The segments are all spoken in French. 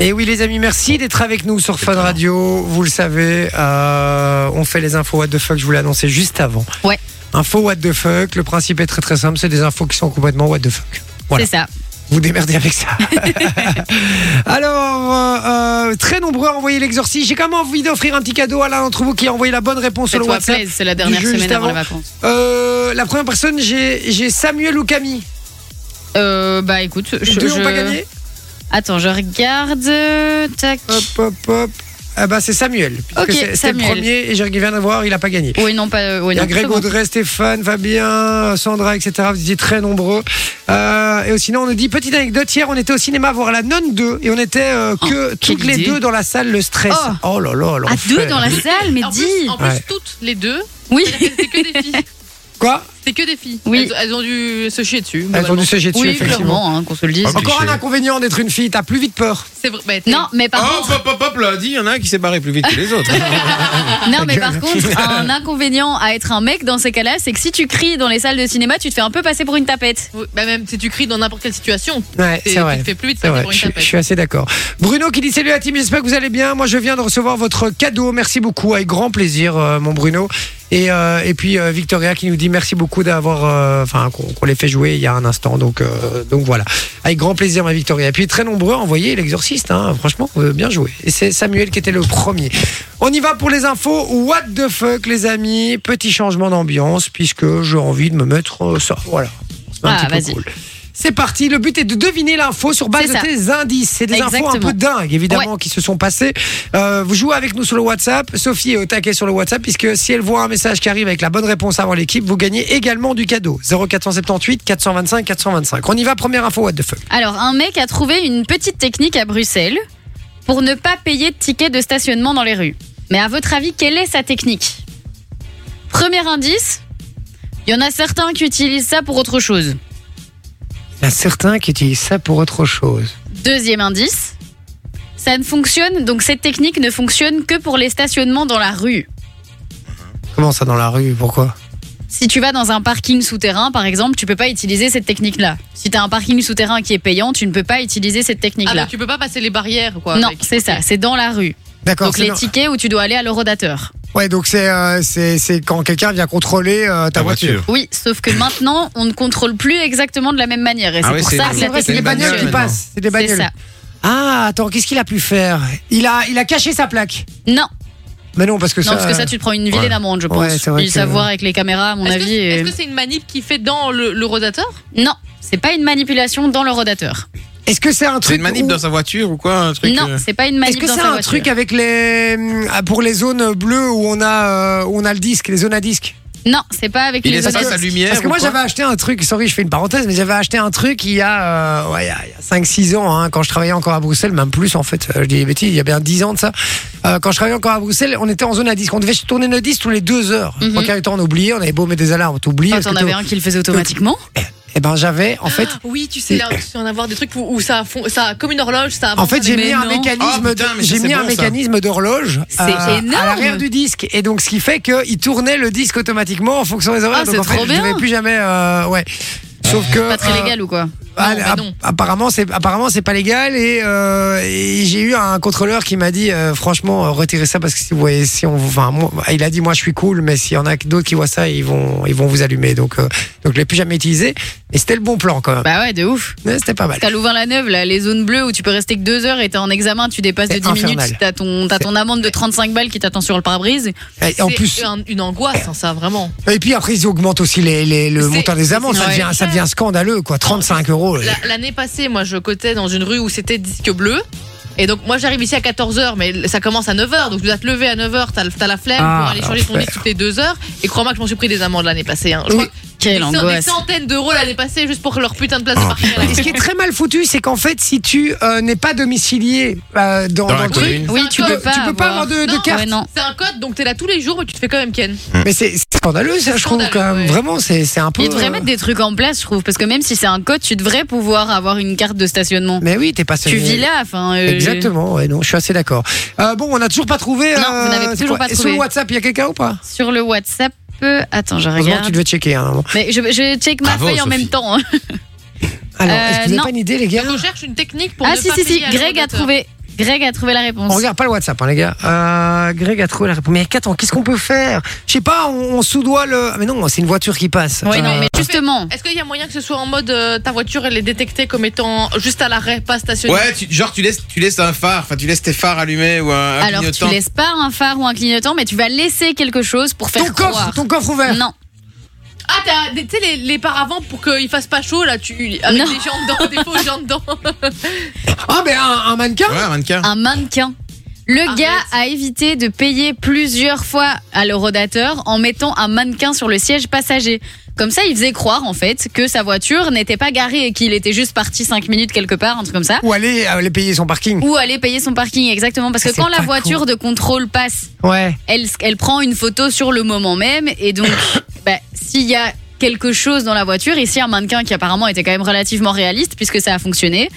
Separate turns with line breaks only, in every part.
Et oui les amis, merci d'être avec nous sur Fun Radio. Vous le savez, euh, on fait les infos what the fuck, je vous l'ai annoncé juste avant.
Ouais.
Info what the fuck, le principe est très très simple, c'est des infos qui sont complètement what the fuck. Voilà.
C'est ça.
Vous démerdez avec ça. Alors, euh, euh, très nombreux à envoyer l'exorcisme. J'ai quand même envie d'offrir un petit cadeau à l'un d'entre vous qui a envoyé la bonne réponse sur le
Faites-toi
WhatsApp.
plaisir, c'est la dernière
jeu
semaine
juste
avant les
avant.
vacances.
Euh, la première personne, j'ai j'ai Samuel ou Camille.
Euh, bah écoute,
Les
je.
deux
je-
n'ont pas gagné.
Attends, je regarde. euh, Tac.
Hop, hop, hop. Ah bah c'est Samuel. puisque
Ok,
c'est- c'est le
Samuel.
premier et j'ai viens de voir, il n'a pas gagné.
Oui, non, pas. euh, Oui,
Il y a
non,
Greg
c'est bon.
Audrey, Stéphane, Fabien, Sandra, etc. Vous étiez très nombreux. Euh, et sinon, on nous dit petite anecdote. Hier, on était au cinéma voir La Nonne 2 et on était euh, que toutes
Oh, quelle
les
idée.
deux dans la salle, le stress.
Oh.
Oh, là là,
À
l'enfer.
deux dans la salle, mais
En
dis.
plus, en plus,
Ouais.
toutes les deux,
Oui.
c'est que des filles.
Quoi
C'est que des filles.
Oui.
Elles, elles ont dû se chier
Elles
dessus.
ont
globalement.
dû se jeter dessus,
Oui,
effectivement.
clairement, hein, qu'on se le dise.
Hop.
Encore un
Cliché.
inconvénient d'être une fille, t'as plus vite peur.
C'est vrai. bah, t'es-
Non, mais
Ah,
par
Hop,
contre,
hop, hop, hop, là, dit, il y en a un qui s'est barré plus vite que les autres.
bah,
non, mais par contre, un inconvénient à être un mec dans ces cas-là, c'est que si tu cries dans les salles de cinéma, tu te fais un peu passer pour une tapette.
Oui, Bah, même si tu cries dans n'importe quelle situation,
Ouais,
t'es-
c'est
tu
vrai.
te fais plus vite
C'est
passer
vrai,
pour une
je, je
tapette.
suis assez d'accord. Bruno qui dit salut à Tim, j'espère que vous allez bien. Moi je viens de recevoir votre cadeau, merci beaucoup, avec grand plaisir euh, mon Bruno. Et, euh, et puis euh, Victoria qui nous dit merci beaucoup d'avoir, euh, enfin qu'on qu'on les fait jouer il y a un instant, donc, euh, donc voilà. Avec grand plaisir ma Victoria. Et puis très nombreux à envoyer l'exorciste, hein, franchement, euh, bien joué. Et c'est Samuel qui était le premier. On y va pour les infos, what the fuck les amis, petit changement d'ambiance puisque j'ai envie de me mettre euh, ça, voilà. C'est un petit
Ah,
peu
vas-y.
cool. C'est parti, le but est de deviner l'info sur base
C'est
de
ça.
tes indices. C'est des infos un
Exactement.
peu dingues, évidemment, qui se sont passées. Euh, vous jouez avec nous sur le WhatsApp. Sophie est au taquet sur le WhatsApp, puisque si elle voit un message qui arrive avec la bonne réponse avant l'équipe, vous gagnez également du cadeau. 0478 425 425. On y va, première info, what the fuck.
Alors, un mec a trouvé une petite technique à Bruxelles pour ne pas payer de tickets de stationnement dans les rues. Mais à votre avis, quelle est sa technique Premier indice, il y en a certains qui utilisent ça pour autre chose.
Il y a certains qui utilisent ça pour autre chose.
Deuxième indice, ça ne fonctionne, donc cette technique ne fonctionne que pour les stationnements dans la rue.
Comment ça, dans la rue Pourquoi
Si tu vas dans un parking souterrain, par exemple, tu peux pas utiliser cette technique-là. Si tu as un parking souterrain qui est payant, tu ne peux pas utiliser cette
Ah, bah,
technique-là.
tu peux pas passer les barrières, quoi.
non,
avec.
c'est ça, c'est dans la rue.
D'accord.
Donc
c'est
les
dans-
tickets où tu dois aller à l'eurodateur.
Ouais, donc c'est euh, c'est- c'est quand quelqu'un vient contrôler euh, ta
Ta
voiture.
voiture.
Oui, sauf que maintenant, on ne contrôle plus exactement de la même manière. Et c'est
Ah oui,
pour
c'est-
ça
Ah,
que
C'est
la
vrai, c'est
les
des
technique
bagnoles qui
fonctionne.
maintenant.
passent. C'est des
C'est
bagnoles.
ça.
Ah, attends, qu'est-ce qu'il a pu faire il a, il a caché sa plaque.
Non,
Mais non, parce que
non,
ça.
parce que ça, tu te prends une ville
ouais.
d'amende, je
Ouais,
pense.
c'est vrai
Ils
que-
savoir avec les caméras, à mon
Est-ce que-
avis.
Est-ce
euh,
que c'est une manip qui fait dans le, le rodateur
Non, c'est pas une manipulation dans l'eurodateur.
Est-ce que c'est un truc
C'est une manip
où-
dans sa voiture ou quoi un truc,
Non,
euh,
c'est pas une
Est-ce
manip
que
dans
c'est
sa
un
voiture.
truc avec les ah, pour les zones bleues où on a euh, où on a le disque, les zones à disque
Non, c'est pas avec
Il
les
laisse pas
autres.
sa lumière.
Parce que
ou
moi
quoi
j'avais acheté un truc, sorry, je fais une parenthèse, mais j'avais acheté un truc il y a, euh, ouais, il y a- il y a 5 6 ans hein, quand je travaillais encore à Bruxelles, même plus en fait, euh, je dis des bêtises, il y a bien 10 ans de ça. Euh, quand je travaillais encore à Bruxelles, on était en zone à disque, on devait tourner nos disques tous les 2 heures.
Mhm.
Moi qui temps on oubliait, on avait beau mettre des alarmes, t'oublies
Quand on avait un qui le Ah. faisait automatiquement.
Et ben j'avais en fait
Oui, tu sais, là, tu vas en avoir des trucs où, où ça, fond, ça, comme une horloge, ça avance
En fait, j'ai
avec-
mis
Mais
un
non.
mécanisme, de-
Oh, putain, mais ça,
j'ai
c'est
mis un
bon, ça.
mécanisme d'horloge euh,
C'est
à
énorme.
l'arrière du disque, et donc ce qui fait qu'il tournait le disque automatiquement en fonction des horaires.
Ah,
donc
c'est
en fait,
trop
je devais
bien.
plus jamais, euh, ouais. Sauf que
Pas très
euh,
légal bah ou quoi
ah,
mais
app-
non.
apparemment, c'est apparemment c'est pas légal et, euh, et j'ai eu un contrôleur qui m'a dit euh, franchement euh, retirez ça parce que si vous voyez si on enfin moi, il a dit moi je suis cool mais s'il y en a que d'autres qui voient ça ils vont ils vont vous allumer donc euh, donc je l'ai plus jamais utilisé et c'était le bon plan quand même
Bah ouais, de ouf.
Mais c'était pas mal
T'as Louvain-la-Neuve, là, les zones bleues où tu peux rester que deux heures et t'es en examen, tu dépasses de
C'est
10 minutes,
infernal.
t'as ton, t'as ton amende de 35 balles qui t'attend sur le pare-brise.
Et en
C'est
plus
un- une angoisse, hein, ça, vraiment.
Et puis après, ils augmentent aussi les, les- le
C'est-
montant des amendes. Ça
c'est-
devient,
ouais.
ça devient scandaleux, quoi. 35 euros.
La- L'année passée, moi, je cotais dans une rue où c'était disque bleu. Et donc, moi, j'arrive ici à 14h, mais ça commence à 9h. Donc, tu dois te lever à 9h, t'as t'as la flemme
Ah,
pour aller changer ton
l'enfer.
disque toutes les 2 heures. Et crois-moi que je m'en suis pris des amendes l'année passée. hein. Je
Oui.
crois que
Quelle
des cent-
angoisse.
Des centaines d'euros l'année passée juste pour leur putain de place de parking. à la
Et ce qui est très mal foutu, c'est qu'en fait, si tu euh, n'es pas domicilié euh, dans,
Dans
dans
la
le truc,
commune.
Oui,
C'est un
tu
code.
peux pas.
tu peux pas avoir de, de
Non.
carte.
Ouais, non.
C'est un code, donc t'es là tous les jours, mais tu te fais quand même ken.
Mais c'est c'est scandaleux, ça, je trouve,
scandaleux,
quand même.
ouais.
Vraiment, c'est c'est un peu.
Ils devraient
euh,
mettre des trucs en place, je trouve, parce que même si c'est un code, tu devrais pouvoir avoir une carte de stationnement.
Mais oui, t'es pas
Tu vis là, enfin. euh,
Exactement, ouais, non, je suis assez d'accord. Euh, bon, on n'a toujours pas trouvé. euh,
Non, vous n'avez
c'est
toujours
quoi-
pas
et Sur
trouvé.
le WhatsApp, il y a quelqu'un ou pas
Sur le WhatsApp, euh, attends, je
Heureusement,
regarde.
tu devais checker. Hein.
Mais je, je check ma
Bravo,
feuille en
Sophie.
même temps. hein.
Alors,
Euh,
est-ce que vous
non.
n'avez pas une idée, les gars
On cherche une technique pour
Ah
ne
si
pas
si si,
payer à
Greg a
l'ordinateur.
trouvé. Greg a trouvé la réponse.
On regarde pas le WhatsApp, hein, les gars. Euh, Greg a trouvé la réponse. Mais attends, qu'est-ce qu'on peut faire Je sais pas, on, on sous-doit le. Ah, Mais non, c'est une voiture qui passe.
Ouais, non,
Euh,
mais justement,
Est-ce qu'il y a moyen que ce soit en mode euh, ta voiture, elle est détectée comme étant juste à l'arrêt, pas stationnée
Ouais, tu- genre tu laisses, tu laisses un phare, enfin tu laisses tes phares allumés ou un, un
alors tu
clignotant.
laisses pas un phare ou un clignotant, mais tu vas laisser quelque chose pour faire
Ton coffre,
croire.
ton coffre ouvert.
Non,
Ah, t'as- tu sais, les, les paravents pour qu'il fasse pas chaud, là, tu, avec
Non.
des gens dedans, des faux gens dedans.
Ah, mais un, un mannequin
Ouais, un mannequin.
un mannequin. Le
Arrête.
gars a évité de payer plusieurs fois à l'eurodateur en mettant un mannequin sur le siège passager. Comme ça, il faisait croire en fait que sa voiture n'était pas garée et qu'il était juste parti 5 minutes quelque part, un truc comme ça.
Ou aller, euh, aller payer son parking.
Ou aller payer son parking, exactement. Parce que
C'est
quand la
pas
voiture de contrôle passe,
Ouais.
elle, elle prend une photo sur le moment même. Et donc, bah, s'il y a quelque chose dans la voiture, ici un mannequin qui apparemment était quand même relativement réaliste, puisque ça a fonctionné,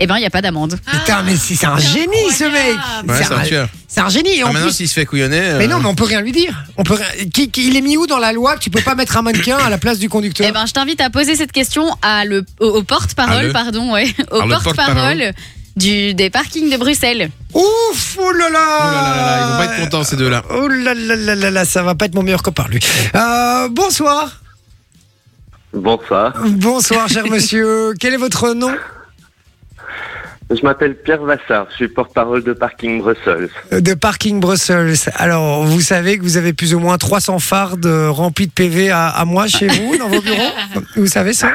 eh ben, il n'y a pas d'amende.
Putain, mais c'est c'est un génie ce mec.
incroyable.
Ouais,
C'est
c'est un tueur.
C'est un génie. Et
Ah,
en
maintenant,
plus,
s'il se fait couillonner.
Mais
euh,
non, mais on peut rien lui dire. On peut. rien- Qui, qui- il est mis où dans la loi que tu peux pas mettre un mannequin à la place du conducteur
Eh ben, je t'invite à poser cette question à le, au, au
À
porte-parole,
le-
pardon, ouais, au
à le
porte-parole
porte-parole.
du des parkings de Bruxelles.
Ouf, oh là là.
Oh là là là, ils vont pas être contents ces deux-là.
Oh là là là là là, ça va pas être mon meilleur copain lui. Euh, bonsoir.
Bonsoir,
Bonsoir, cher monsieur. Quel est votre nom
je m'appelle Pierre Vassard, je suis porte-parole de Parking Brussels.
de Parking Brussels Alors, vous savez que vous avez plus ou moins 300 phares de- remplis euh, de PV à, à moi chez vous, dans vos bureaux. Vous savez ça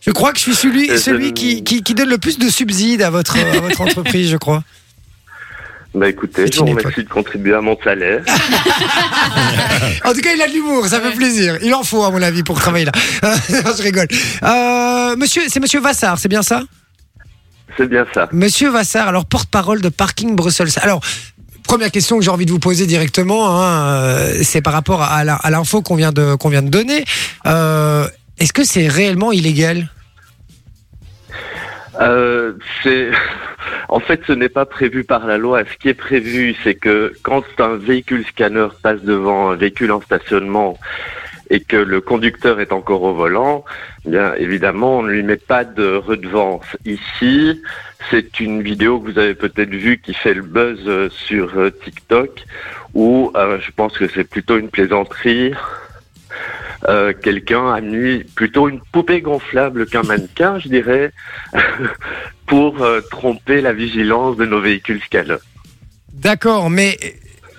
Je crois que je suis celui,
Euh,
celui
je-
qui, qui, qui donne le plus de subsides à votre, à votre entreprise, je crois.
Bah écoutez,
C'est
je vous
une Ah.
remercie de contribuer à mon salaire.
En tout cas, il a de l'humour, ça fait plaisir. Il en faut, à mon avis, pour travailler là. Non, je rigole. Euh, monsieur, c'est monsieur Vassard, c'est bien ça
C'est bien ça.
Monsieur Vassard, alors porte-parole de Parking Brussels. Alors, première question que j'ai envie de vous poser directement, hein, euh, c'est par rapport à la- à l'info qu'on vient, de- qu'on vient de donner. Euh, Est-ce que c'est réellement illégal
Euh, c'est en fait ce n'est pas prévu par la loi. Ce qui est prévu, c'est que quand un véhicule scanner passe devant un véhicule en stationnement et que le conducteur est encore au volant, bien évidemment, on ne lui met pas de redevance. Ici, c'est une vidéo que vous avez peut-être vue qui fait le buzz euh, sur euh, TikTok où euh, je pense que c'est plutôt une plaisanterie. Euh, quelqu'un a mis plutôt une poupée gonflable qu'un mannequin, je dirais, pour euh, tromper la vigilance de nos véhicules scanners.
D'accord, mais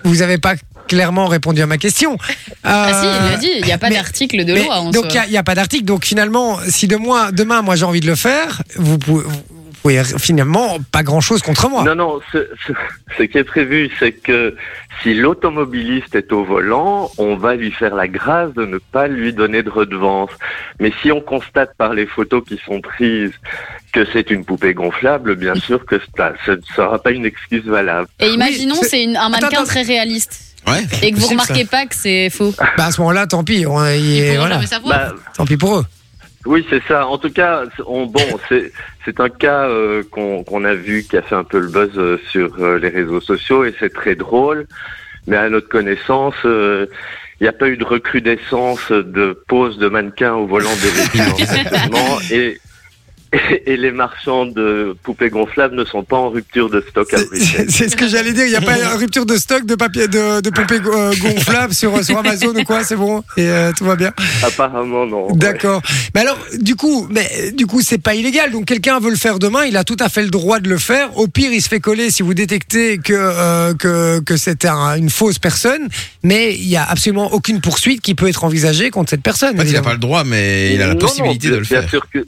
vous n'avez pas clairement répondu à ma question.
Ah
Euh,
si, il l'a dit, il n'y a pas
mais-
d'article de
mais-
loi en
donc
soi.
il n'y a, pas d'article. Donc finalement, si de moi, demain, moi j'ai envie de le faire, vous pouvez, vous pouvez finalement pas grand-chose contre moi.
Non, non, ce, ce- ce qui est prévu, c'est que si l'automobiliste est au volant, on va lui faire la grâce de ne pas lui donner de redevance. Mais si on constate par les photos qui sont prises que c'est une poupée gonflable, bien sûr que ça- ce ne sera pas une excuse valable.
Et imaginons,
c'est-
c'est une- un mannequin
attends.
très réaliste
Ouais.
et que vous
possible, ça.
remarquez pas que c'est faux.
Bah, à ce moment-là, tant pis. on- et
Ils pourront
voilà,
jamais savoir.
Bah,
tant pis pour eux.
Oui, c'est ça. En tout cas, on, bon, c'est c'est un cas euh, qu'on qu'on a vu qui a fait un peu le buzz euh, sur euh, les réseaux sociaux et c'est très drôle. Mais à notre connaissance, euh, il n'y a pas eu de recrudescence de pose de mannequins au volant des véhicules en stationnement et, et, et les marchands de poupées gonflables ne sont pas en rupture de stock à
C'est-
Bruxelles.
C'est c'est ce que j'allais dire. Il n'y a pas une rupture de stock de papier de, de poupées go- euh, gonflables sur, sur Amazon ou quoi. C'est bon et euh, tout va bien.
Apparemment, non.
D'accord. Mais alors, du coup, mais euh, du coup, c'est pas illégal. Donc, quelqu'un veut le faire demain, il a tout à fait le droit de le faire. Au pire, il se fait coller si vous détectez que euh, que que c'était un- une fausse personne. Mais il y a absolument aucune poursuite qui peut être envisagée contre cette personne.
En fait, il a
évidemment.
pas le droit, mais il a la
Non, non,
possibilité
bien-
de le faire.
Bien sûr que.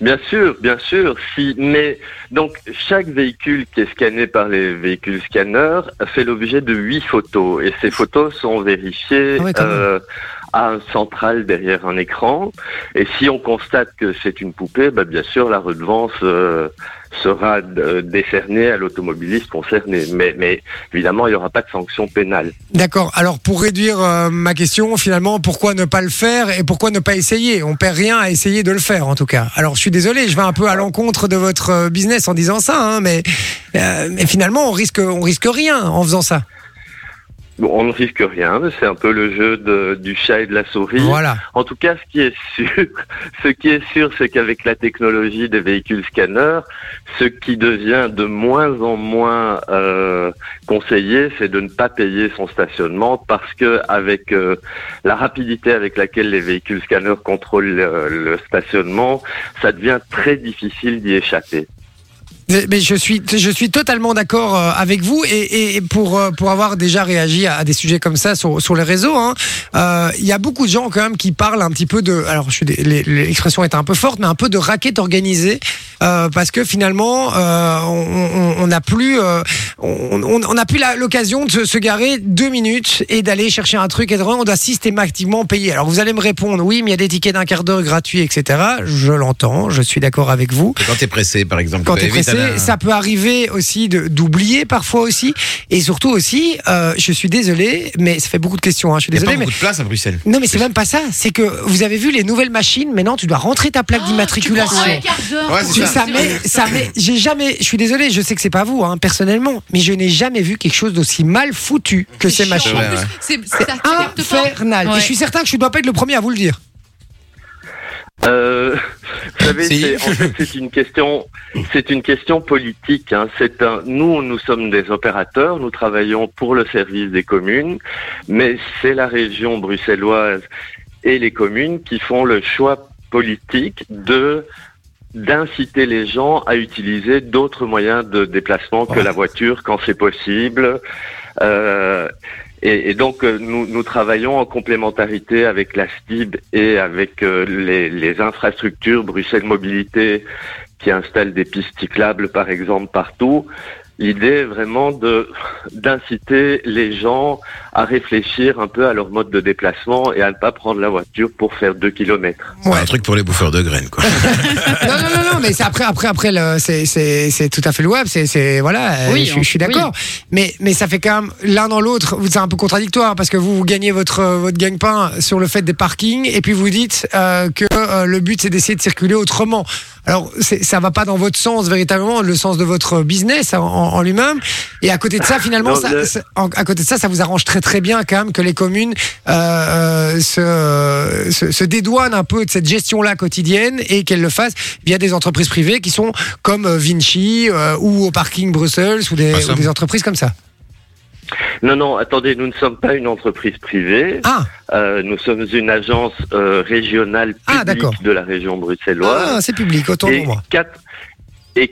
Bien sûr, bien sûr. Si, mais donc chaque véhicule qui est scanné par les véhicules scanners fait l'objet de huit photos et ces photos sont vérifiées
Ah ouais, quand même.
euh, à un central derrière un écran. Et si on constate que c'est une poupée, bah, bien sûr la redevance euh, sera euh, décernée à l'automobiliste concerné. Mais, mais évidemment, il n'y aura pas de sanction pénale.
D'accord. Alors, pour réduire euh, ma question, finalement, pourquoi ne pas le faire et pourquoi ne pas essayer On perd rien à essayer de le faire, en tout cas. Alors, je suis désolé, je vais un peu à l'encontre de votre euh, business en disant ça, hein, mais, euh, mais finalement, on risque, on risque rien en faisant ça.
Bon, on ne risque rien, mais c'est un peu le jeu de- du chat et de la souris.
Voilà.
En tout cas, ce qui est sûr, ce qui est sûr, c'est qu'avec la technologie des véhicules scanners, ce qui devient de moins en moins euh, conseillé, c'est de ne pas payer son stationnement parce que avec euh, la rapidité avec laquelle les véhicules scanners contrôlent euh, le stationnement, ça devient très difficile d'y échapper.
Mais mais je suis, je suis totalement d'accord euh, avec vous et, et- et pour, euh, pour avoir déjà réagi à, à des sujets comme ça sur, sur les réseaux, hein, euh, il y a beaucoup de gens quand même qui parlent un petit peu de, alors je suis dé- les- l'expression est un peu forte, mais un peu de raquette organisée euh, parce que finalement euh, on- on on n'a plus, euh, on on- on n'a plus la- l'occasion de se, se garer deux minutes et d'aller chercher un truc et de re- on doit systématiquement payer. Alors vous allez me répondre, oui, mais il y a des tickets d'un quart d'heure gratuits, etc. Je l'entends, je suis d'accord avec vous.
Et quand t'es pressé, par exemple.
Quand
bah,
t'es
oui, t'as
pressé,
la-
ça peut arriver aussi de- d'oublier parfois aussi. Et surtout aussi, euh, je suis désolé, mais ça fait beaucoup de questions, hein, je suis
y a pas
désolé. Mais...
beaucoup de place à Bruxelles.
Non, mais c'est même pas ça. C'est que vous avez vu les nouvelles machines, maintenant tu dois rentrer ta
Ah,
plaque d'immatriculation.
Ouais,
Tu-
c'est
ça met, ça met- j'ai jamais, je suis désolé, je sais que c'est pas vous, hein, personnellement, mais je n'ai jamais vu quelque chose d'aussi mal foutu que ces
chiant,
machines.
Ouais,
en
ouais.
plus, c'est- c'est- ça capte pas.
Infernal. Et
Ouais.
je suis certain que je ne dois pas être le premier à vous le dire.
Euh, vous savez,
Si.
c'est- en fait, c'est une question, c'est une question politique. hein. C'est un, nous, nous sommes des opérateurs, nous travaillons pour le service des communes, mais c'est la région bruxelloise et les communes qui font le choix politique de d'inciter les gens à utiliser d'autres moyens de déplacement que
Ouais.
la voiture quand c'est possible. Euh, et, et donc, euh, nous, nous travaillons en complémentarité avec la STIB et avec euh, les, les infrastructures Bruxelles Mobilité qui installent des pistes cyclables, par exemple, partout. L'idée est vraiment de d'inciter les gens à réfléchir un peu à leur mode de déplacement et à ne pas prendre la voiture pour faire deux kilomètres.
C'est Un truc pour les bouffeurs de graines, quoi.
non, non, non, non, mais c'est après, après, après, le- c'est- c'est c'est tout à fait louable. C'est, c'est voilà, euh,
Oui,
je, je suis
on-
d'accord. Mais, mais ça fait quand même l'un dans l'autre. vous- C'est un peu contradictoire parce que vous, vous gagnez votre, euh, votre gagne-pain sur le fait des parkings et puis vous dites euh, que euh, le but c'est d'essayer de circuler autrement. Alors c'est- ça va pas dans votre sens véritablement, le sens de votre business en, en- en lui-même. Et à côté de ça, finalement,
Non,
ça-
le-
ça- en- à côté de ça, ça vous arrange très très bien quand même que les communes euh, euh, se, euh, se, se dédouanent un peu de cette gestion-là quotidienne et qu'elles le fassent via des entreprises privées qui sont comme euh, Vinci euh, ou au parking Brussels ou des,
Pas ça.
ou des entreprises comme ça.
Non, non, attendez, nous ne sommes pas une entreprise privée.
Ah,
Euh, nous sommes une agence euh, régionale
Ah,
publique
d'accord.
de la région bruxelloise.
ah, c'est public, autant
et,
pour moi.
quatre- et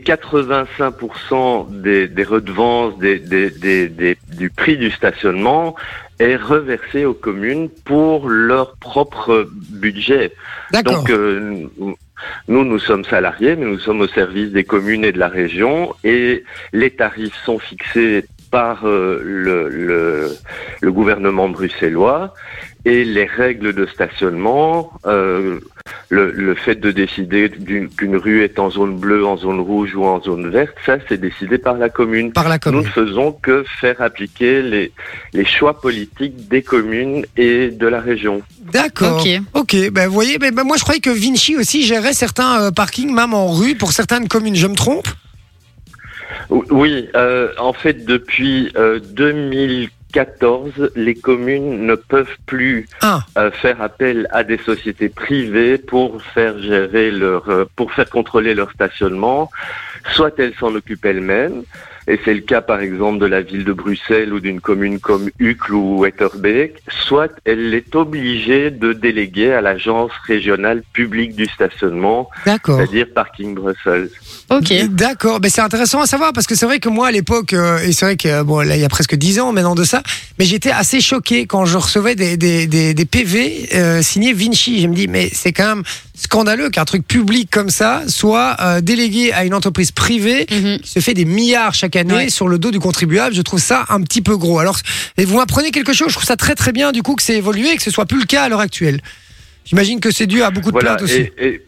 85% des, des redevances des, des, des, des- du prix du stationnement est reversé aux communes pour leur propre budget.
D'accord.
Donc, euh, nous, nous sommes salariés, mais nous sommes au service des communes et de la région, et les tarifs sont fixés par euh, le, le, le gouvernement bruxellois, et les règles de stationnement, euh, le, le fait de décider d'une- qu'une rue est en zone bleue, en zone rouge ou en zone verte, ça, c'est décidé par la commune.
Par la
Nous
commune.
ne faisons que faire appliquer les, les choix politiques des communes et de la région.
D'accord.
Ok.
Ok, ben vous voyez, ben, ben, moi je croyais que Vinci aussi gérait certains euh, parkings, même en rue, pour certaines communes. Je me trompe
Oui, euh, en fait, depuis euh, 2014, les communes ne peuvent plus
Ah.
euh, faire appel à des sociétés privées pour faire gérer leur, euh, pour faire contrôler leur stationnement. Soit elles s'en occupent elles-mêmes, et c'est le cas par exemple de la ville de Bruxelles ou d'une commune comme Uccle ou Wetterbeek, soit elle est obligée de déléguer à l'agence régionale publique du stationnement,
D'accord.
c'est-à-dire Parking Brussels.
Ok.
D'accord, mais c'est intéressant à savoir parce que c'est vrai que moi à l'époque, euh, et c'est vrai que euh, bon là il y a presque 10 ans maintenant de ça, mais j'étais assez choqué quand je recevais des, des, des, des PV euh, signés Vinci. Je me dis mais c'est quand même scandaleux qu'un truc public comme ça soit euh, délégué à une entreprise privée
Mhm.
qui se fait des milliards chaque année
Ouais.
sur le dos du contribuable. Je trouve ça un petit peu gros. Alors et vous m'apprenez quelque chose, je trouve ça très très bien du coup que c'est évolué et que ce soit plus le cas à l'heure actuelle. J'imagine que c'est dû à beaucoup de plaintes aussi.
Et, et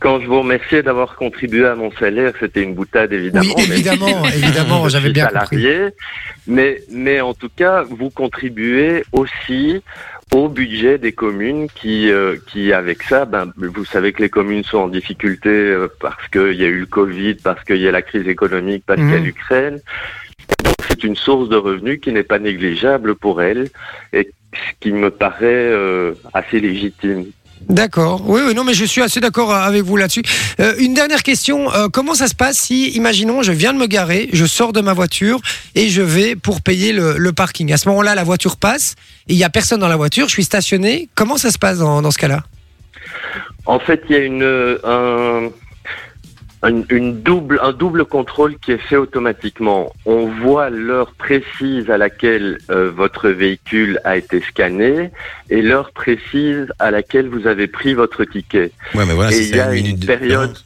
quand je vous remerciais d'avoir contribué à mon salaire, c'était une boutade évidemment.
oui, évidemment, évidemment,
Je
j'avais
suis
bien compris.
salarié, Mais, mais en tout cas, vous contribuez aussi au budget des communes qui, euh, qui avec ça, ben, vous savez que les communes sont en difficulté euh, parce qu'il y a eu le Covid, parce qu'il y a la crise économique, parce qu'il y a
Mhm.
l'Ukraine. Et donc, C'est une source de revenus qui n'est pas négligeable pour elle et ce qui me paraît euh, assez légitime.
D'accord. Oui, oui, non, mais je suis assez d'accord euh, avec vous là-dessus. Euh, une dernière question. euh, comment ça se passe si, imaginons, je viens de me garer, je sors de ma voiture et je vais pour payer le, le parking. À ce moment-là, la voiture passe et il n'y a personne dans la voiture, je suis stationné. Comment ça se passe dans, dans ce cas-là
En fait, il y a une, euh, un, une, une double, un double contrôle qui est fait automatiquement. On voit l'heure précise à laquelle euh, votre véhicule a été scanné et l'heure précise à laquelle vous avez pris votre ticket.
Ouais, mais voilà,
Et
c'est
il
ça,
y a une
minute de
période-
différence.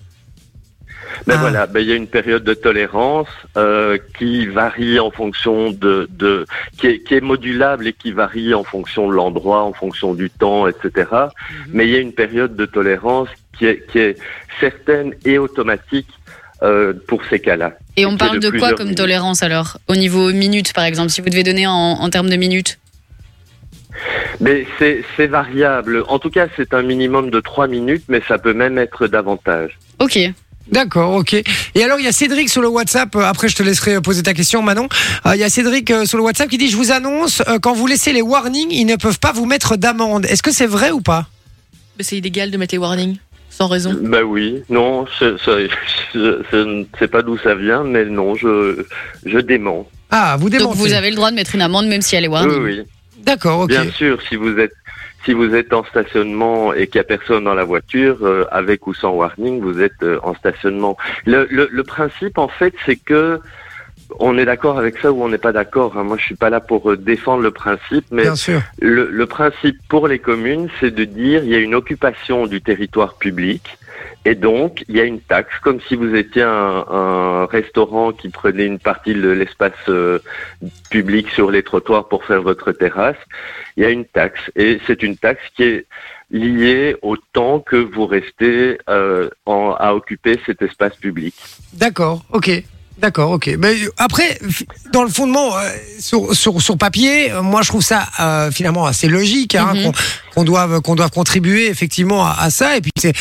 Ben
Ah.
voilà, ben il y a une période de tolérance euh, qui varie en fonction de, de qui, est, qui est modulable et qui varie en fonction de l'endroit, en fonction du temps, etc. Mais il y a une période de tolérance qui est, qui est certaine et automatique euh, pour ces cas-là.
Et on
C'est
parle
de
de quoi
plusieurs
comme
minutes.
tolérance alors Au niveau minutes par exemple, si vous devez donner en, en termes de minutes
Mais c'est c'est variable. En tout cas, c'est un minimum de trois minutes, mais ça peut même être davantage.
Ok.
D'accord, ok. Et alors, il y a Cédric sur le WhatsApp. euh, Après, je te laisserai euh, poser ta question, Manon. Euh, Il y a Cédric euh, sur le WhatsApp qui dit Je vous annonce, euh, quand vous laissez les warnings, ils ne peuvent pas vous mettre d'amende. Est-ce que c'est vrai ou pas
Mais c'est illégal de mettre les warnings, sans raison.
Ben oui, non, je- je- je- je ne sais pas d'où ça vient, mais non, je, je dément.
Ah, vous
Donc
démentez.
vous avez le droit de mettre une amende même si elle est
Oui,
warning.
oui.
D'accord, ok.
Bien sûr, si vous êtes si vous êtes en stationnement et qu'il n'y a personne dans la voiture, euh, avec ou sans warning, vous êtes euh, en stationnement. Le, le, le principe, en fait, c'est que on est d'accord avec ça ou on n'est pas d'accord. hein. Moi, je suis pas là pour euh, défendre le principe, mais
Bien sûr.
le, le principe pour les communes, c'est de dire il y a une occupation du territoire public et donc il y a une taxe, comme si vous étiez un, un restaurant qui prenait une partie de l'espace euh, public sur les trottoirs pour faire votre terrasse. Il y a une taxe et c'est une taxe qui est liée au temps que vous restez euh, en- à occuper cet espace public.
D'accord, ok. D'accord, ok. Mais euh, après, f- dans le fondement, euh, sur, sur, sur papier, euh, moi je trouve ça euh, finalement assez logique hein,
Mhm.
qu'on- qu'on doive, qu'on doive contribuer effectivement à, à ça. Et puis c'est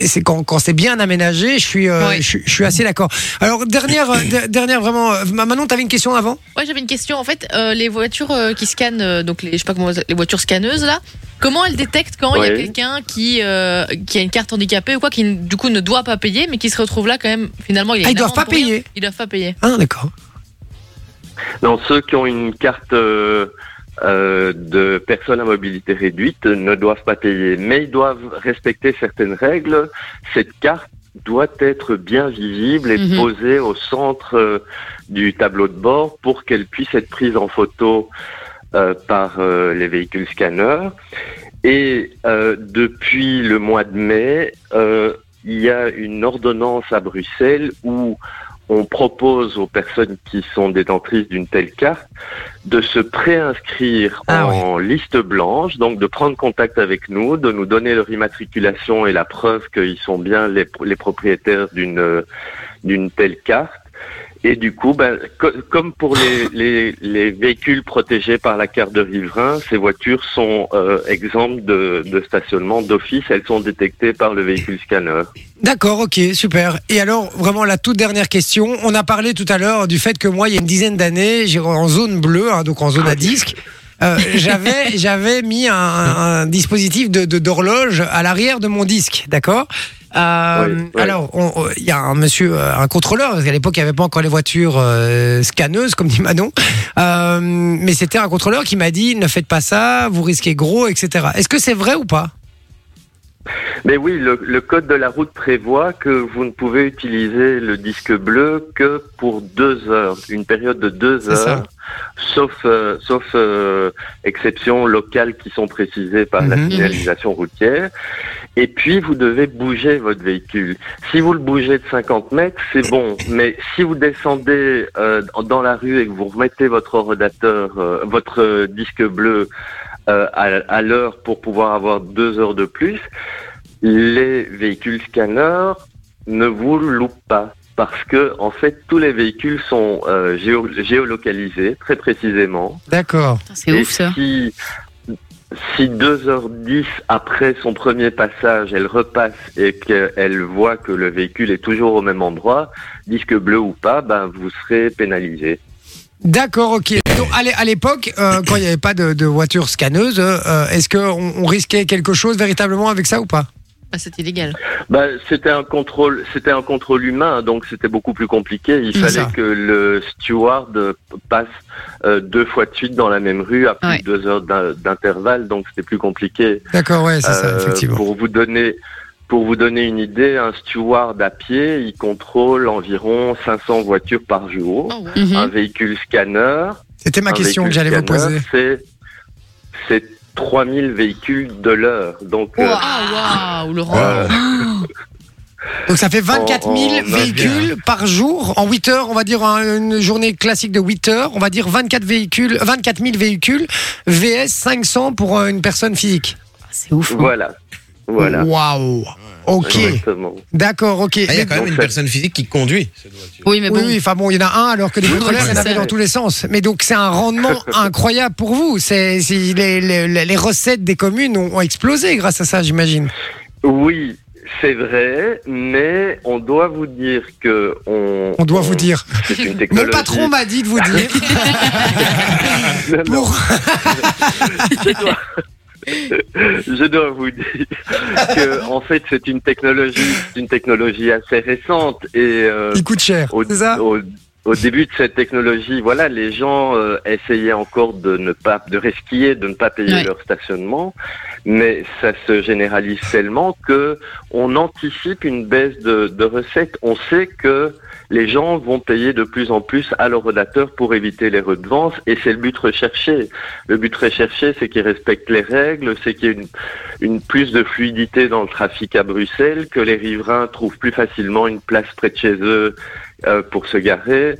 et c'est quand, quand c'est bien aménagé, je suis, euh,
Ouais.
je, suis- je suis assez d'accord. Alors dernière, euh, de- dernière vraiment. euh, Ma- Manon, t'avais une question avant
Ouais, j'avais une question. En fait, euh, les voitures euh, qui scannent, euh, donc les, je sais pas comment, les voitures scanneuses là, comment elles détectent quand il y a
Ouais.
quelqu'un qui, euh, qui a une carte handicapée ou quoi, qui du coup ne doit pas payer, mais qui se retrouve là quand même, finalement, il a
Ah, ils
une
doivent
amende
pas
pour rien.
payer.
Ils doivent pas payer.
Ah d'accord.
Non, ceux qui ont une carte euh, euh, de personnes à mobilité réduite ne doivent pas payer, mais ils doivent respecter certaines règles. Cette carte doit être bien visible et
Mhm.
posée au centre euh, du tableau de bord pour qu'elle puisse être prise en photo euh, par euh, les véhicules scanners. Et euh, depuis le mois de mai, euh, il y a une ordonnance à Bruxelles où on propose aux personnes qui sont détentrices d'une telle carte de se préinscrire
Ah
en liste blanche, donc de prendre contact avec nous, de nous donner leur immatriculation et la preuve qu'ils sont bien les, les propriétaires d'une euh, d'une telle carte. Et du coup, ben, co- comme pour les, les, les véhicules protégés par la carte de riverain, ces voitures sont euh, exemptes de, de stationnement d'office. Elles sont détectées par le véhicule scanner.
D'accord, ok, super. Et alors, vraiment, la toute dernière question. On a parlé tout à l'heure du fait que moi, il y a une dizaine d'années, j'ai- en zone bleue, hein, donc en
Ah
zone à disque, euh, j'avais, j'avais mis un, un dispositif de, de- d'horloge à l'arrière de mon disque, d'accord Euh,
Oui, oui.
Alors, on- on- il y a un monsieur, euh, un contrôleur, parce qu'à l'époque, il n'y avait pas encore les voitures euh, scanneuses, comme dit Manon, Euh, mais c'était un contrôleur qui m'a dit, ne faites pas ça, vous risquez gros, etc. Est-ce que c'est vrai ou pas
Mais oui, le, le code de la route prévoit que vous ne pouvez utiliser le disque bleu que pour deux heures, une période de deux
C'est ça.
heures, sauf, euh, sauf euh, exceptions locales qui sont précisées par
Mhm.
la signalisation routière. Et puis, vous devez bouger votre véhicule. Si vous le bougez de 50 mètres, c'est bon. Mais si vous descendez euh, dans la rue et que vous remettez votre rodateur, euh, votre euh, disque bleu euh, à, à l'heure pour pouvoir avoir deux heures de plus, les véhicules scanners ne vous loupent pas. Parce que, en fait, tous les véhicules sont euh, géo- géolocalisés très précisément.
D'accord.
Putain, C'est
Et
ouf ça.
Si, si 2h10 après son premier passage, elle repasse et qu'elle voit que le véhicule est toujours au même endroit, disque bleu ou pas, ben vous serez pénalisé.
D'accord, ok. Donc, à l'é- à l'époque, euh, quand il n'y avait pas de, de voiture scanneuse, euh, est-ce qu'on on risquait quelque chose véritablement avec ça ou pas
Bah, c'est illégal.
Bah, c'était un contrôle, c'était un contrôle humain, donc c'était beaucoup plus compliqué. Il
C'est
fallait
ça.
que le steward euh, passe euh, deux fois de suite dans la même rue à plus
Ouais.
de deux heures d'in- d'intervalle, donc c'était plus compliqué.
D'accord, ouais, c'est ça,
Euh,
effectivement.
pour vous donner, pour vous donner une idée, un steward à pied, il contrôle environ 500 voitures par jour.
Oh, wow.
Un
Mhm.
véhicule scanner.
C'était ma
un
question que
véhicule
j'allais vous
scanner,
poser.
C'est, c'est 3000 véhicules de l'heure. Donc, euh,
Ah, waouh, Laurent.
euh,
Donc ça fait 24 000
Oh, bah,
véhicules par jour. En 8 heures, on va dire un- une journée classique de 8 heures, on va dire 24, véhicules, 24 000 véhicules, VS 500 pour euh, une personne physique.
C'est ouf. hein.
voilà. Voilà.
Waouh Ok,
Exactement.
d'accord, ok.
Ah, Il y a
Mais-
quand même
Donc,
une
ça-
personne physique qui conduit.
Oui, mais
Oui,
bon.
oui, enfin bon, il y en a un alors que des
Oui,
contrôleurs, il y en
c'est
avait
ça.
dans tous les sens. Mais donc c'est un rendement incroyable pour vous. C'est c'est- les, les- les- les recettes des communes ont, ont explosé grâce à ça, j'imagine.
Oui, c'est vrai, mais on doit vous dire que on.
On doit
Euh,
vous dire.
C'est une
Mon
technologie.
patron m'a dit de vous dire.
Non, non,
Pour...
je dois vous dire que en fait c'est une technologie, c'est une technologie assez récente et euh,
Il coûte cher.
au,
C'est ça
au- au début de cette technologie, voilà, les gens euh, essayaient encore de ne pas, de resquiller, de ne pas payer
Ouais.
leur stationnement, mais ça se généralise tellement que on anticipe une baisse de, de recettes. On sait que les gens vont payer de plus en plus à leur redateur pour éviter les redevances, et c'est le but recherché. Le but recherché, c'est qu'ils respectent les règles, c'est qu'il y ait une, une plus de fluidité dans le trafic à Bruxelles, que les riverains trouvent plus facilement une place près de chez eux euh, pour se garer.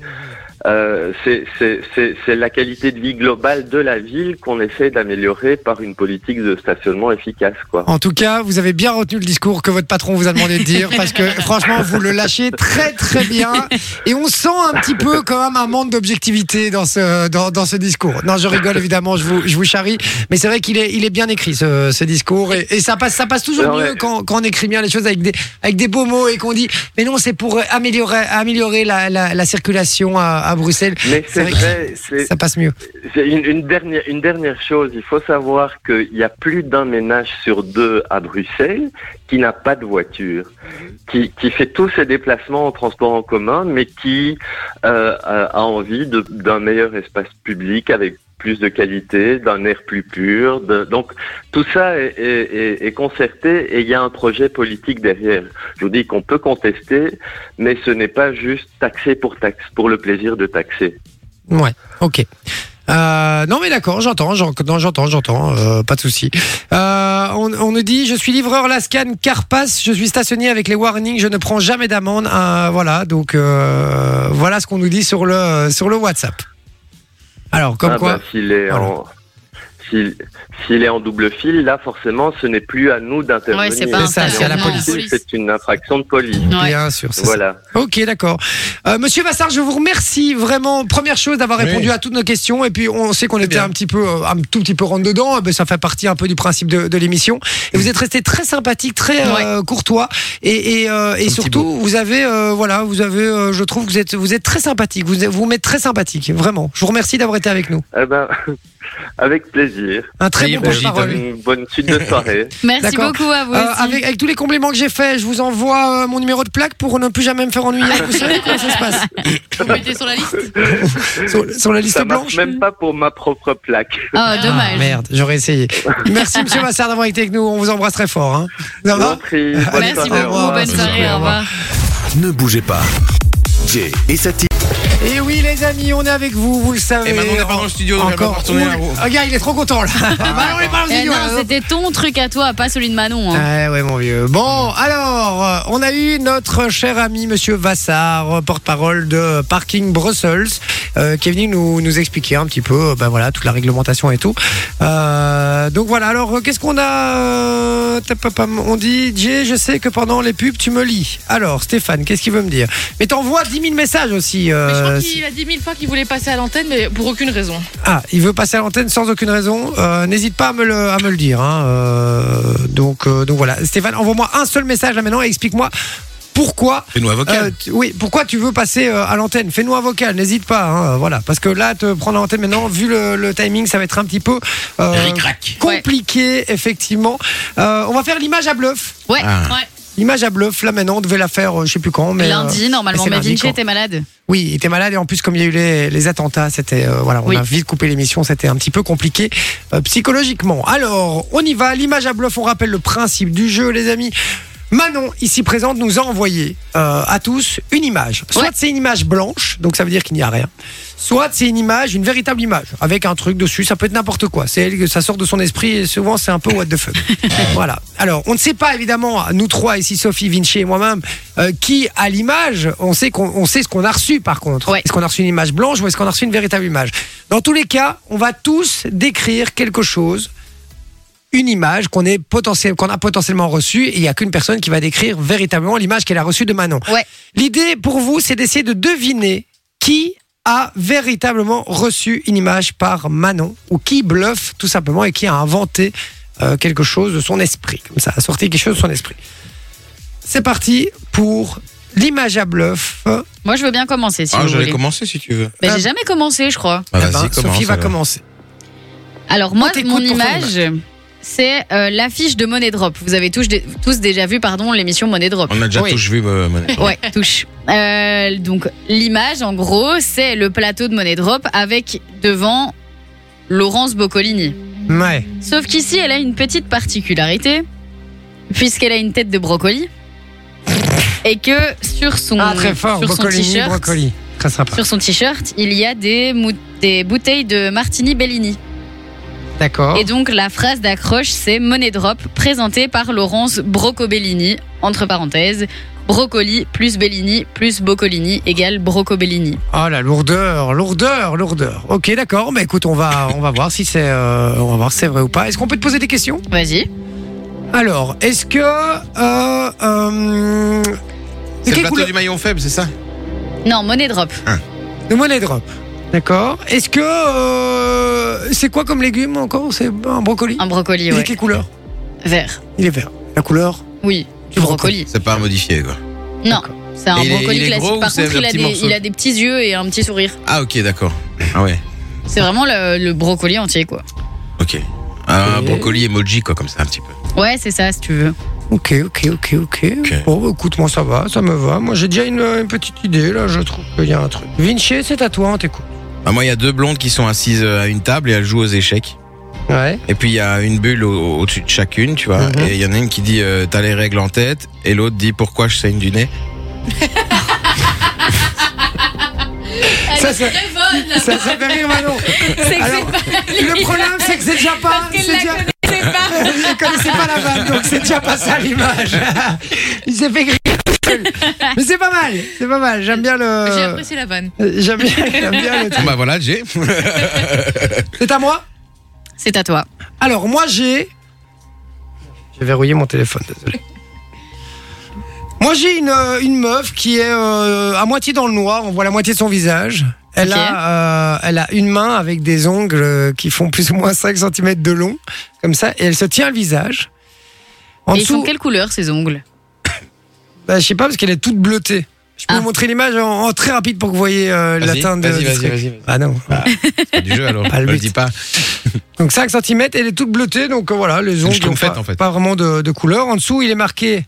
Euh, c'est- c'est c'est- c'est la qualité de vie globale de la ville qu'on essaie d'améliorer par une politique de stationnement efficace. Quoi.
En tout cas, vous avez bien retenu le discours que votre patron vous a demandé de dire, parce que franchement, vous le lâchez très très bien. Et on sent un petit peu quand même un manque d'objectivité dans ce, dans, dans ce discours. Non, je rigole évidemment, je vous, je vous charrie, mais c'est vrai qu'il est, il est bien écrit ce, ce discours, et, et ça, passe, ça passe toujours
Non,
mieux
mais-
quand, quand on écrit bien les choses avec des, avec des beaux mots et qu'on dit, mais non, c'est pour améliorer, améliorer la, la, la circulation à, à Bruxelles,
Mais c'est
vrai
vrai, c'est
ça passe mieux.
c'est une, une dernière, une dernière chose, il faut savoir qu'il y a plus d'un ménage sur deux à Bruxelles qui n'a pas de voiture, qui, qui fait tous ses déplacements en transport en commun, mais qui euh, a a envie de- d'un meilleur espace public avec plus de qualité, d'un air plus pur. de- donc tout ça est, est- est- est concerté et il y a un projet politique derrière. Je vous dis qu'on peut contester, mais ce n'est pas juste taxer pour taxe, pour le plaisir de taxer.
Ouais, ok. Euh, non mais d'accord, j'entends, j'en- non, j'entends, j'entends, euh, pas de souci. Euh, on, on nous dit, je suis livreur Lascan Carpas, je suis stationné avec les warnings, je ne prends jamais d'amende. Euh, voilà, donc euh, voilà ce qu'on nous dit sur le sur le WhatsApp. Alors comme
Ah
quoi,
bah, S'il est
Voilà.
en. S'il s'il est en double fil, là forcément, ce n'est plus à nous d'intervenir.
Ouais, c'est pas
C'est ça, c'est à la
police.
police, C'est une infraction de police.
Ouais.
bien sûr, c'est ça.
Voilà.
Ok, d'accord. Euh, Monsieur Vassar, je vous remercie vraiment. Première chose d'avoir
Oui. Eh
répondu à toutes nos questions. Et puis, on sait qu'on était
bien.
un petit peu, euh, un tout petit peu rentre dedans. Eh ben, ça fait partie un peu du principe de, de l'émission. Et vous êtes resté très sympathique, très euh, courtois. Et, et, euh, et
Un petit
surtout, vous avez, euh, voilà, vous avez, euh, je trouve que vous êtes, vous êtes très sympathique. Vous vous mettez très sympathique, vraiment. Je vous remercie d'avoir été avec nous.
Eh ben, avec plaisir.
Un très
Ayez
bon
bon
Euh,
porte-parole.
Une bonne suite de soirée.
Merci
D'accord.
beaucoup à vous
Euh,
aussi.
avec, avec tous les compliments que j'ai faits, je vous envoie euh, mon numéro de plaque pour ne plus jamais me faire ennuyer. Vous savez comment ça se passe
Vous mettez sur la liste
sur, sur la liste
Ça
blanche.
marche même pas pour ma propre plaque.
Ah,
Ah,
dommage.
merde, j'aurais essayé. Merci Monsieur Massard d'avoir été avec nous. On vous embrasse très fort. Hein. Ça
Je vous
va
en prie. Bonne
Merci
soirée, au
beaucoup.
revoir.
Bonne soirée. Au revoir.
Ne bougez pas. Jay et sa team.
Et oui les amis, on est avec vous, vous le savez.
Et maintenant, on n'est pas dans le studio, donc on va pas
Encore.
retourner
Ouh,
à vous.
le gars, il est trop content là. Bah, on est pas dans le
Eh
studio,
non,
là.
c'était ton truc à toi, pas celui de Manon. hein.
Ah Ouais, ouais, mon vieux. Bon, alors, euh, on a eu notre cher ami Monsieur Vassar, euh, porte-parole de Parking Brussels, euh, qui est venu nous, nous expliquer un petit peu, euh, ben voilà, toute la réglementation et tout. Euh, donc voilà. Alors, euh, qu'est-ce qu'on a euh, tapapam, On dit, Jay, je sais que pendant les pubs, tu me lis. Alors, Stéphane, qu'est-ce qu'il veut me dire Mais t'envoies 10 000 messages aussi. euh,
Mais je crois qu'il a dit mille fois qu'il voulait passer à l'antenne, mais pour aucune raison.
ah, il veut passer à l'antenne sans aucune raison. Euh, N'hésite pas à me le, à me le dire. hein. Euh, donc, euh, donc voilà. Stéphane, envoie-moi un seul message là maintenant et explique-moi pourquoi
Fais-nous un vocal.
euh, tu- oui, pourquoi tu veux passer euh, à l'antenne Fais-nous un vocal, n'hésite pas. hein, euh, voilà, parce que là, te prendre à l'antenne maintenant, vu le, le timing, ça va être un petit peu euh,
Ric-rac.
compliqué, effectivement. Euh, on va faire l'image à bluff.
Ouais,
Ah.
ouais.
L'image à bluff, là maintenant, on devait la faire, euh, je sais plus quand, mais. euh,
lundi normalement.
c'est
Mais
lundi,
Vinci
quoi.
était malade.
oui, il était malade et en plus, comme il y a eu les, les attentats, c'était. euh, voilà, on
Oui.
a vite coupé l'émission, c'était un petit peu compliqué euh, psychologiquement. Alors, on y va. L'image à bluff, on rappelle le principe du jeu, les amis. Manon, ici présente, nous a envoyé euh, à tous une image. Soit
Ouais.
c'est une image blanche, donc ça veut dire qu'il n'y a rien. Soit c'est une image, une véritable image, avec un truc dessus, ça peut être n'importe quoi. C'est elle que ça sort de son esprit et souvent c'est un peu what the fuck. voilà. Alors, on ne sait pas évidemment, nous trois, ici Sophie, Vinci et moi-même, euh, qui a l'image. On sait, qu'on, on sait ce qu'on a reçu par contre.
Ouais.
Est-ce qu'on a reçu une image blanche ou est-ce qu'on a reçu une véritable image Dans tous les cas, on va tous décrire quelque chose une image qu'on est potentiel, qu'on a potentiellement reçue et il n'y a qu'une personne qui va décrire véritablement l'image qu'elle a reçue de Manon.
Ouais.
L'idée pour vous, c'est d'essayer de deviner qui a véritablement reçu une image par Manon ou qui bluffe tout simplement et qui a inventé euh, quelque chose de son esprit, comme ça, a sorti quelque chose de son esprit. C'est parti pour l'image à bluff.
Moi, je veux bien commencer si
Ah,
vous
je vais
voulez.
commencer si tu veux. Bah,
Ben,
Ah,
j'ai jamais commencé, je crois.
Eh ben, Bah, Sophie va commencer.
Alors moi,
On t'écoute
mon
pour ton
image, c'est euh, l'affiche de Money Drop. Vous avez tous, dé- tous déjà vu, pardon, l'émission Money Drop.
On a déjà
Oui.
tous vu. euh, Manon.
Ouais, touche. Euh, donc l'image, en gros, c'est le plateau de Money Drop avec devant Laurence Boccolini.
Ouais.
Sauf qu'ici, elle a une petite particularité, puisqu'elle a une tête de brocoli. Et que sur son
Ah, très fort,
sur son
brocoli,
t-shirt-
brocoli. Très sympa.
sur son t-shirt, il y a des, mou- des bouteilles de Martini Bellini.
D'accord.
Et donc la phrase d'accroche, c'est Money Drop, présentée par Laurence Brocobellini, entre parenthèses, Brocoli plus Bellini plus Boccolini égale Brocobellini.
Oh la lourdeur, lourdeur, lourdeur. Ok, d'accord. Mais écoute, on va, on va voir si c'est, euh, on va voir si c'est vrai ou pas. Est-ce qu'on peut te poser des questions
Vas-y.
Alors, est-ce que, euh, euh,
C'est le
quelle
plateau
couleur
du maillon faible, c'est ça
Non, Money Drop.
de monnaie drop D'accord. Est-ce que, euh, c'est quoi comme légume encore C'est un brocoli.
Un brocoli,
Il est
ouais.
quelle couleur
Vert.
Il est vert. La couleur
Oui, du brocoli.
C'est pas à modifier quoi.
Non, c'est un
Et il est-
brocoli
il est
classique.
gros ou
Par
c'est
contre,
un
il a,
petit
des,
morceau
il a des petits yeux et un petit sourire.
Ah ok d'accord. Ah ouais.
C'est vraiment le, le brocoli entier, quoi.
Ok. Un
Et-
brocoli emoji quoi comme ça un petit peu.
Ouais, c'est ça, si tu veux.
Ok, ok, ok, ok. Bon, bah, écoute, moi ça va, ça me va. Moi j'ai déjà une, une petite idée là. Je trouve qu'il y a un truc. Vinci, c'est à toi, hein, on t'écoute.
Ah, moi il y a deux blondes qui sont assises euh, à une table et elles jouent aux échecs.
Ouais.
Et puis il y a une bulle au- au-dessus de chacune, tu vois.
Mhm.
Et il y en a une qui dit euh, t'as les règles en tête et l'autre dit pourquoi je saigne du nez.
Ça, c'est- Ça, ça fait rire Manon. Alors, le problème, c'est que c'est déjà pas. c'est déjà... Elle connaissait pas la vanne, donc c'est déjà pas ça l'image. Il s'est fait griller tout seul. Mais c'est pas mal, c'est pas mal. J'aime bien
J'ai
le.
apprécié la vanne.
euh, J'aime bien, j'aime bien le
Bon
truc.
bah voilà j'ai.
C'est à moi
C'est à toi.
Alors, moi, j'ai. J'ai verrouillé mon téléphone, désolé. Moi, j'ai une, euh, une meuf qui est euh, à moitié dans le noir. On voit la moitié de son visage. Elle,
Ok.
a, euh, elle a une main avec des ongles euh, qui font plus ou moins 5 cm de long, comme ça, et elle se tient le visage. En
et ils sont
dessous,
quelle couleur, ces ongles
bah, je sais pas, parce qu'elle est toute bleutée. Je peux
Ah.
vous montrer l'image en, en très rapide pour que vous voyez euh,
Vas-y,
l'atteinte de.
vas-y,
du
vas-y,
truc.
vas-y, vas-y.
Ah non.
C'est du jeu alors.
Pas le
Je le
but.
dis pas.
Donc 5 cm, elle est toute bleutée, donc euh, voilà, les ongles
te le
n'ont
fais,
pas,
en fait.
pas vraiment de, de couleur. En dessous, il est marqué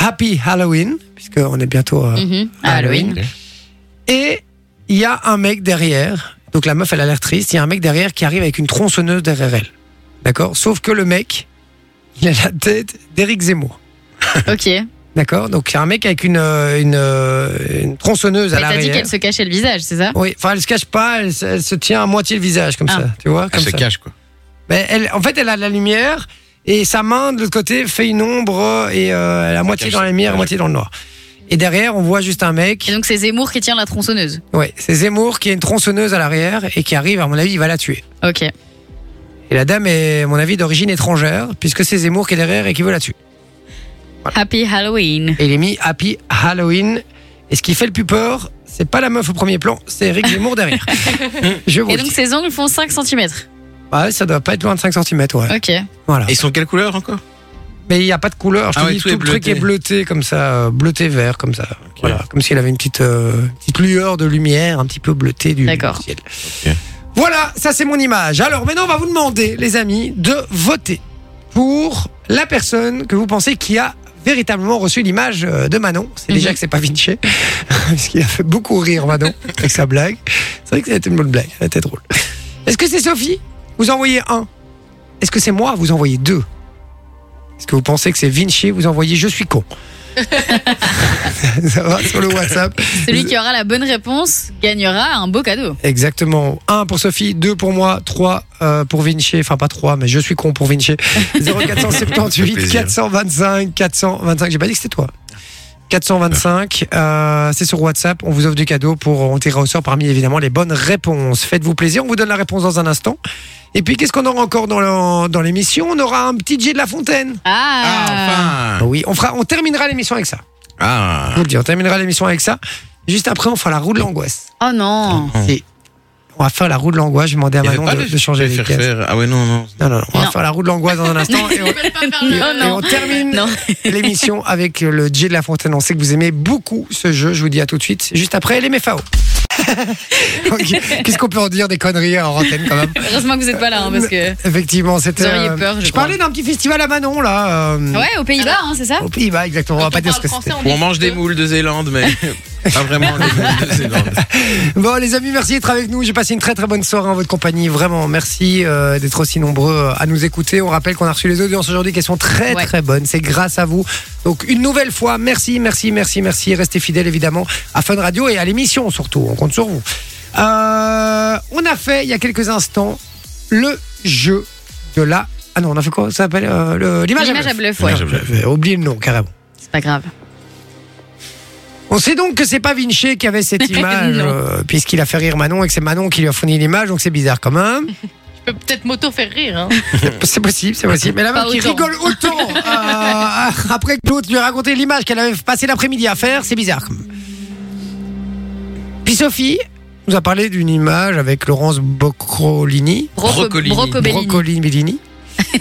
Happy Halloween, puisqu'on est bientôt... euh,
Mhm. Halloween.
Et il y a un mec derrière, donc la meuf, elle a l'air triste, il y a un mec derrière qui arrive avec une tronçonneuse derrière elle. D'accord Sauf que le mec, il a la tête d'Éric Zemmour.
Ok.
D'accord Donc il y a un mec avec une, euh, une, euh, une tronçonneuse à
Mais t'as dit
l'arrière.
qu'elle se cachait le visage, c'est ça
Oui, enfin elle se cache pas, elle, se- elle se tient à moitié le visage comme
Ah.
ça, tu vois comme
Elle se
ça.
cache quoi.
Mais Ben, elle, en fait, elle a de la lumière et sa main de l'autre côté fait une ombre euh, et euh, elle a moitié
cache.
dans la lumière, à moitié dans le noir. Et derrière, on voit juste un
Et
mec.
donc c'est Zemmour qui tient la tronçonneuse.
Ouais, c'est Zemmour qui a une tronçonneuse à l'arrière et qui arrive, à mon avis, il va la tuer.
Ok.
Et la dame est, à mon avis, d'origine étrangère puisque c'est Zemmour qui est derrière et qui veut la tuer.
Happy Halloween.
Et il est mis Happy Halloween. Et ce qui fait le plus peur, c'est pas la meuf au premier plan, c'est Eric Zemmour derrière. Je vous
Et
le
donc
dis.
ses ongles font 5 cm.
Ouais, ça doit pas être loin de 5 cm, ouais.
Ok.
Voilà.
Et ils sont quelle couleur encore
Mais il n'y a pas de couleur. Je te
Ah ouais,
dis, tout,
tout est
le truc
bleuté.
est bleuté comme ça, euh, bleuté vert comme ça. Voilà, comme s'il avait une petite, euh, petite lueur de lumière, un petit peu bleutée du
D'accord.
ciel. Voilà, ça c'est mon image. Alors maintenant, on va vous demander, les amis, de voter pour la personne que vous pensez qui a véritablement reçu l'image euh, de Manon. C'est déjà
Mhm.
que c'est pas Vinci, parce qu'il a fait beaucoup rire Manon avec sa blague. C'est vrai que c'était une bonne blague, elle était drôle. Est-ce que c'est Sophie Vous envoyez un. Est-ce que c'est moi Vous envoyez deux. Est-ce que vous pensez que c'est Vinci Vous envoyez je suis con. Ça va sur le WhatsApp.
Celui qui aura la bonne réponse gagnera un beau cadeau.
Exactement. Un pour Sophie, deux pour moi, trois euh, pour Vinci. Enfin, pas trois, mais je suis con pour Vinci. 0478
plaisir.
425 425. J'ai pas dit que c'était toi. 425, euh, c'est sur WhatsApp. On vous offre du cadeau pour. On tirera au sort parmi évidemment les bonnes réponses. Faites-vous plaisir. On vous donne la réponse dans un instant. Et puis, qu'est-ce qu'on aura encore dans le- dans l'émission On aura un petit J de la Fontaine.
Ah,
Ah,
Ah
enfin
Oui, on, fera, on terminera l'émission avec ça. Je
Ah
vous le dis, on terminera l'émission avec ça. Juste après, on fera la roue de l'angoisse.
Oh non
C'est- On va faire la roue de l'angoisse. Je vais demander à
Il y avait
Manon
pas
de,
le-
de changer
faire
les cases.
faire. Ah ouais, non, non.
Non, non, non, on va
Non. Oh
faire la roue de l'angoisse dans un instant. et on, et-
Non,
et
non.
on termine
Non.
l'émission avec euh, le J de la Fontaine. On sait que vous aimez beaucoup ce jeu. Je vous dis à tout de suite. Juste après, les méfao. Qu'est-ce qu'on peut en dire des conneries en antenne quand même
Heureusement que vous n'êtes pas là, hein, parce que.
Effectivement, c'était. euh,
Vous auriez peur, je crois.
parlais d'un petit festival à Manon là. euh,
Ouais, aux Pays-Bas, hein, c'est ça
Au Pays-Bas, exactement. On va pas dire ce que c'était.
Bon, on mange des moules de Zélande, mais pas vraiment des moules de Zélande.
Bon les amis, merci d'être avec nous. J'ai passé une très très bonne soirée en votre compagnie. Vraiment, merci euh, d'être aussi nombreux euh, à nous écouter. On rappelle qu'on a reçu les audiences aujourd'hui qui sont très
Ouais.
très bonnes. C'est grâce à vous. Donc une nouvelle fois, merci, merci, merci, merci. Restez fidèles évidemment à Fun Radio et à l'émission surtout. On compte sur vous. Euh, on a fait il y a quelques instants le jeu de la... Ah non, on a fait quoi Ça s'appelle euh, le- l'image à
L'image à
bluff.
bluff, ouais.
L'image à bluff.
J'avais oublié le nom carrément.
C'est pas grave.
On sait donc que c'est pas Vinci qui avait cette image,
Non.
euh, puisqu'il a fait rire Manon et que c'est Manon qui lui a fourni l'image, donc c'est bizarre quand même.
Je peux peut-être m'auto faire rire. Hein.
C'est possible, c'est possible. Mais la meuf
Pas
qui
autant.
rigole autant euh, après que l'autre lui a raconté l'image qu'elle avait passé l'après-midi à faire, c'est bizarre. quand même. Puis Sophie nous a parlé d'une image avec Laurence Boccolini.
Broco-
Brocolini.
Brocobellini.
Broccolini Bellini.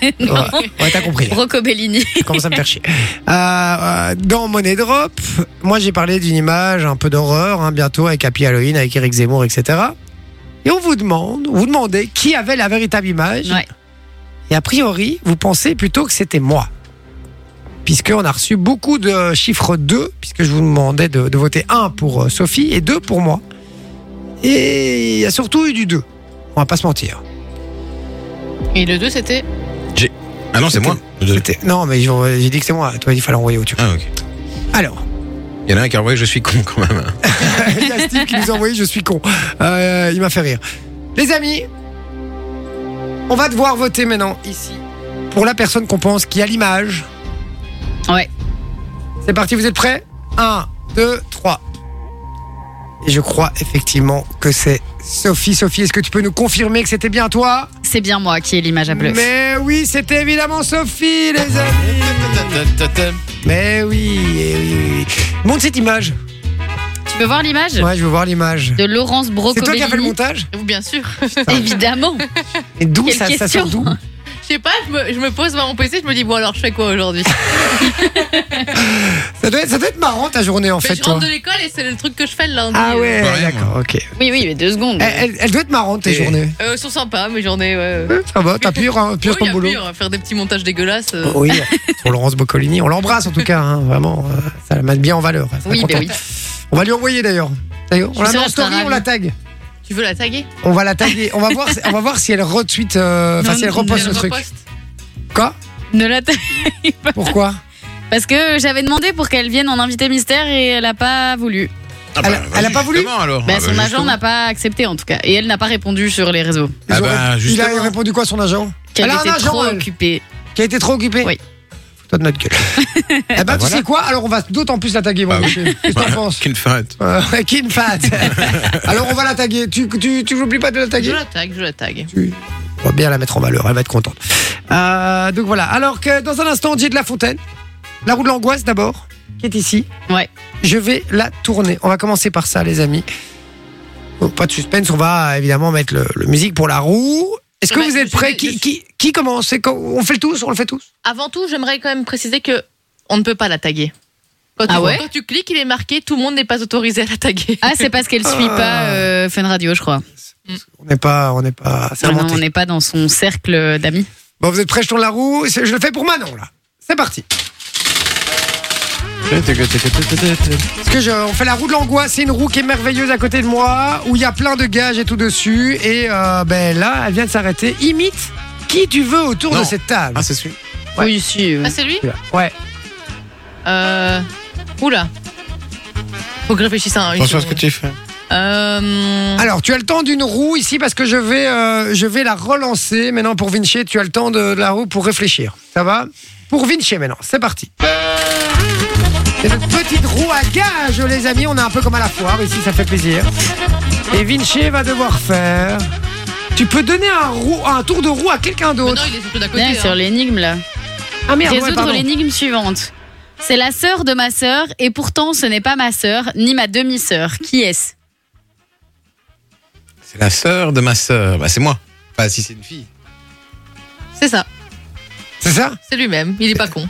ouais, ouais, t'as compris. hein.
Brocobellini.
Je commence à me faire chier. Euh, euh, dans Money Drop, moi j'ai parlé d'une image un peu d'horreur, hein, bientôt avec Happy Halloween, avec Eric Zemmour, etc. Et on vous demande, vous demandez qui avait la véritable image.
Ouais.
Et a priori, vous pensez plutôt que c'était moi. Puisqu'on a reçu beaucoup de chiffres 2, puisque je vous demandais de, de voter 1 pour euh, Sophie et 2 pour moi. Et il y a surtout eu du 2. On va pas se mentir.
Et le 2, c'était.
Ah non, c'est moi.
C'était- Non, mais j'ai j'ai dit que c'est moi. Toi, il fallait envoyer au tube.
Ah, ok.
Alors,
Il y en a un qui a envoyé Je suis con quand même.
Il y a Steve qui nous a envoyé Je suis con. Euh, il m'a fait rire. Les amis, on va devoir voter maintenant ici pour la personne qu'on pense qui a l'image.
Ouais.
C'est parti, vous êtes prêts 1, 2, 3. Et je crois effectivement que c'est Sophie. Sophie, est-ce que tu peux nous confirmer que c'était bien toi
C'est bien moi qui ai l'image à bluff.
Mais oui, c'était évidemment Sophie, les amis. Mais oui, eh oui, oui, oui. Montre cette image.
Tu peux voir l'image
Ouais, je veux voir l'image.
de Laurence
C'est toi qui as fait le
Brocobellini
montage
Vous, bien sûr.
Évidemment.
Et d'où
Quelle
ça, ça sort
question.
d'où
Je sais pas, je me, je me pose devant mon PC, je me dis, bon alors je fais quoi aujourd'hui
ça doit, être, ça doit être marrant ta journée en
Mais
fait,
Je
toi.
rentre de l'école et c'est le truc que je fais le lundi.
Ah ouais,
Ouais,
d'accord, ok.
Oui, oui, mais deux secondes.
Elle, elle- elle doit être marrante tes
Et-
journées.
Euh, ils sont sympas, mes journées, ouais. ouais.
Ça va, t'as pur, hein, pur
Oui,
ton
à
boulot. Oh
pire, faire des petits montages dégueulasses. euh.
Oui, pour Laurence Boccolini, on l'embrasse en tout cas, hein, vraiment. euh, Ça la met bien en valeur. elle sera
Oui, bah
contente.
oui.
On va lui envoyer d'ailleurs. D'ailleurs, On
Je
la met
sais,
en
je serai
story, on
ravie.
la tag.
Tu veux la taguer
On va la taguer. On va voir, si- on va voir si elle retweet, euh, enfin
Non,
si elle
non,
reposte
Elle
le truc.
reposte.
Quoi
Ne la ta-
Pourquoi
Parce que j'avais demandé pour qu'elle vienne en invité mystère et elle n'a pas voulu.
Ah
Elle a- elle a pas voulu
justement, alors.
Bah,
Ah,
son
bah,
agent n'a pas accepté en tout cas. Et elle n'a pas répondu sur les réseaux.
Ils
Ah
ont-
bah,
Il a
justement.
répondu quoi son agent
Qu'elle
Elle a un
était
agent,
trop
elle.
occupée.
Qui a été trop occupé
Oui.
Toi de notre gueule. eh ben, tu
voilà.
sais quoi Alors on va d'autant plus la taguer, mon
Bah oui.
monsieur. Qu'est-ce que t'en penses
Qu'une fête.
Euh, Kin Fat. Alors on va la taguer. Tu, tu, tu n'oublies pas de la
Je
taguer
la tague, je la tague.
Tu- On va bien la mettre en valeur, elle va être contente. Euh, donc voilà, alors que dans un instant, Didier de la Fontaine, la roue de l'angoisse d'abord, qui est ici.
Ouais.
Je vais la tourner. On va commencer par ça, les amis. Bon, pas de suspense, on va évidemment mettre le, le musique pour la roue. Est-ce que
Mais
vous
je
êtes
suis
prêts
dé- je
qui, qui, qui commence C'est quand- On fait le tous On le fait tous
Avant tout, j'aimerais quand même préciser que on ne peut pas la taguer. Quand,
Ah
tu,
ouais
quand tu cliques, il est marqué tout le monde n'est pas autorisé à la taguer.
Ah, c'est parce qu'elle suit pas euh, Fun Radio, je crois.
On n'est pas. On n'est pas. C'est
Non, non,
inventé.
on n'est pas dans son cercle d'amis.
Bon, vous êtes prêts, je tourne la roue. C'est- Je le fais pour Manon, là. C'est parti. Parce que je, on fait la roue de l'angoisse, c'est une roue qui est merveilleuse à côté de moi, où il y a plein de gages et tout dessus. Et euh, ben là, elle vient de s'arrêter. Imite qui tu veux autour
Non.
de cette table.
Ah, c'est celui.
Ouais.
Oui, si. euh.
Ah, c'est lui
ouais.
euh... Oula. Faut que je réfléchisse à un. une
Attention à ce que
seconde.
tu fais.
Mmh.
Euh...
Alors, tu as le temps d'une roue ici parce que je vais, euh, je vais la relancer. Maintenant, pour Vinci, tu as le temps de, de la roue pour réfléchir. Ça va Pour Vinci, maintenant, c'est parti. C'est notre petite roue à gage, les amis. On est un peu comme à la foire ici, ça fait plaisir. Et Vinci va devoir faire. Tu peux donner un, roue- un tour de roue à quelqu'un
mais non,
d'autre.
il est surtout d'à côté.
Là,
hein.
sur l'énigme, là.
Ah merde, ouais,
Résoudre
pardon.
l'énigme suivante. C'est la sœur de ma sœur, et pourtant ce n'est pas ma sœur, ni ma demi-sœur. Qui est-ce
C'est la sœur de ma sœur. Bah, c'est moi. Bah, si c'est une fille.
C'est ça,
C'est ça
c'est lui-même. Il est pas con.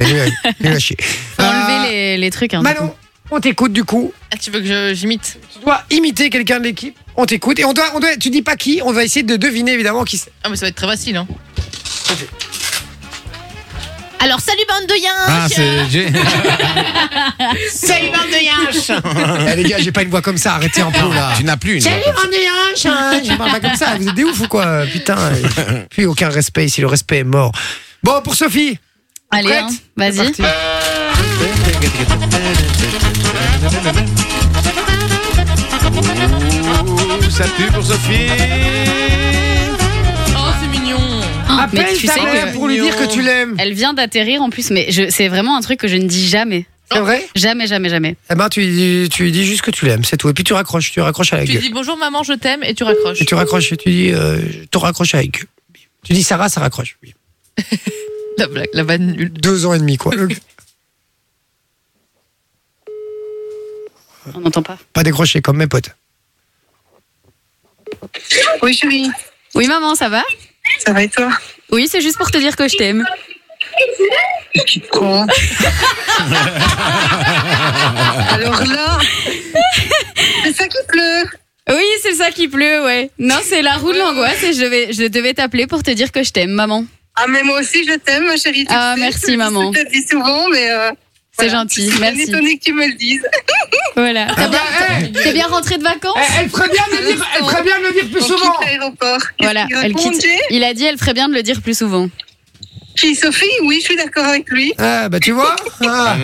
Et lui, il a chier.
Faut enlever les, les trucs. Hein, du coup.
Ah. Manon, on t'écoute du coup.
Ah, tu veux que je- j'imite
Tu dois imiter quelqu'un de l'équipe. On t'écoute et on doit, on doit, tu dis pas qui, on va essayer de deviner évidemment qui c'est.
Ah, mais ça va être très facile. Hein. Alors, salut bande de yens
Ah,
Ah, c'est Jay.
Eh, les gars, j'ai pas une voix comme ça, arrêtez un peu là.
Ah, Tu n'as plus une.
Salut, on est un
hein.
chien. Je parle pas comme ça, vous êtes des ouf ou quoi Putain, euh, plus aucun respect ici, le respect est mort. Bon, pour Sophie,
Allez,
prête
hein,
c'est
vas-y.
parti.
Ouh, ça pue pour Sophie.
Oh, c'est mignon
Ah, mais
Appelle
tu
ta
sais
mère
que-
pour lui dire que tu l'aimes.
Elle vient d'atterrir en plus, mais je- c'est vraiment un truc que je ne dis jamais.
C'est vrai
Jamais, jamais, jamais.
Eh ben, tu, lui dis- tu lui dis juste que tu l'aimes, c'est tout. Et puis tu raccroches, tu raccroches à la
Tu
gueule.
dis bonjour maman, je t'aime et tu raccroches.
Et tu raccroches, et tu dis, euh, je te raccroche à la gueule. Tu dis Sarah, ça raccroche. Oui.
La blague, la vanne nulle.
Deux ans et demi, quoi.
On n'entend pas.
pas décroché comme mes potes.
Oui, chérie,
Oui, maman, ça va
ça va et toi
Oui, c'est juste pour te dire que je t'aime.
Con. Alors là, c'est ça qui pleure.
Oui, c'est ça qui pleut, ouais. Non, c'est la roue de l'angoisse et je, vais, je devais t'appeler pour te dire que je t'aime, maman.
Ah, mais moi aussi, je t'aime, ma chérie. tu
Ah,
le sais,
merci,
je le
maman.
Je te le dis souvent, mais. euh,
C'est
voilà.
gentil,
Je suis bien
merci.
étonnée Ah bah, que tu me le dises.
Voilà. T'as bien, t'es bien rentrée de vacances
Eh, Elle ferait bien de le dire, elle ferait bien de le dire plus
On
souvent.
quitte l'aéroport. Qu'est-ce
Voilà,
qu'il
elle
raconte,
quitte.
Jay
Il a dit, elle ferait bien de le dire plus souvent.
Qui, Sophie Oui, je suis d'accord avec lui.
Ah, bah tu vois, ah,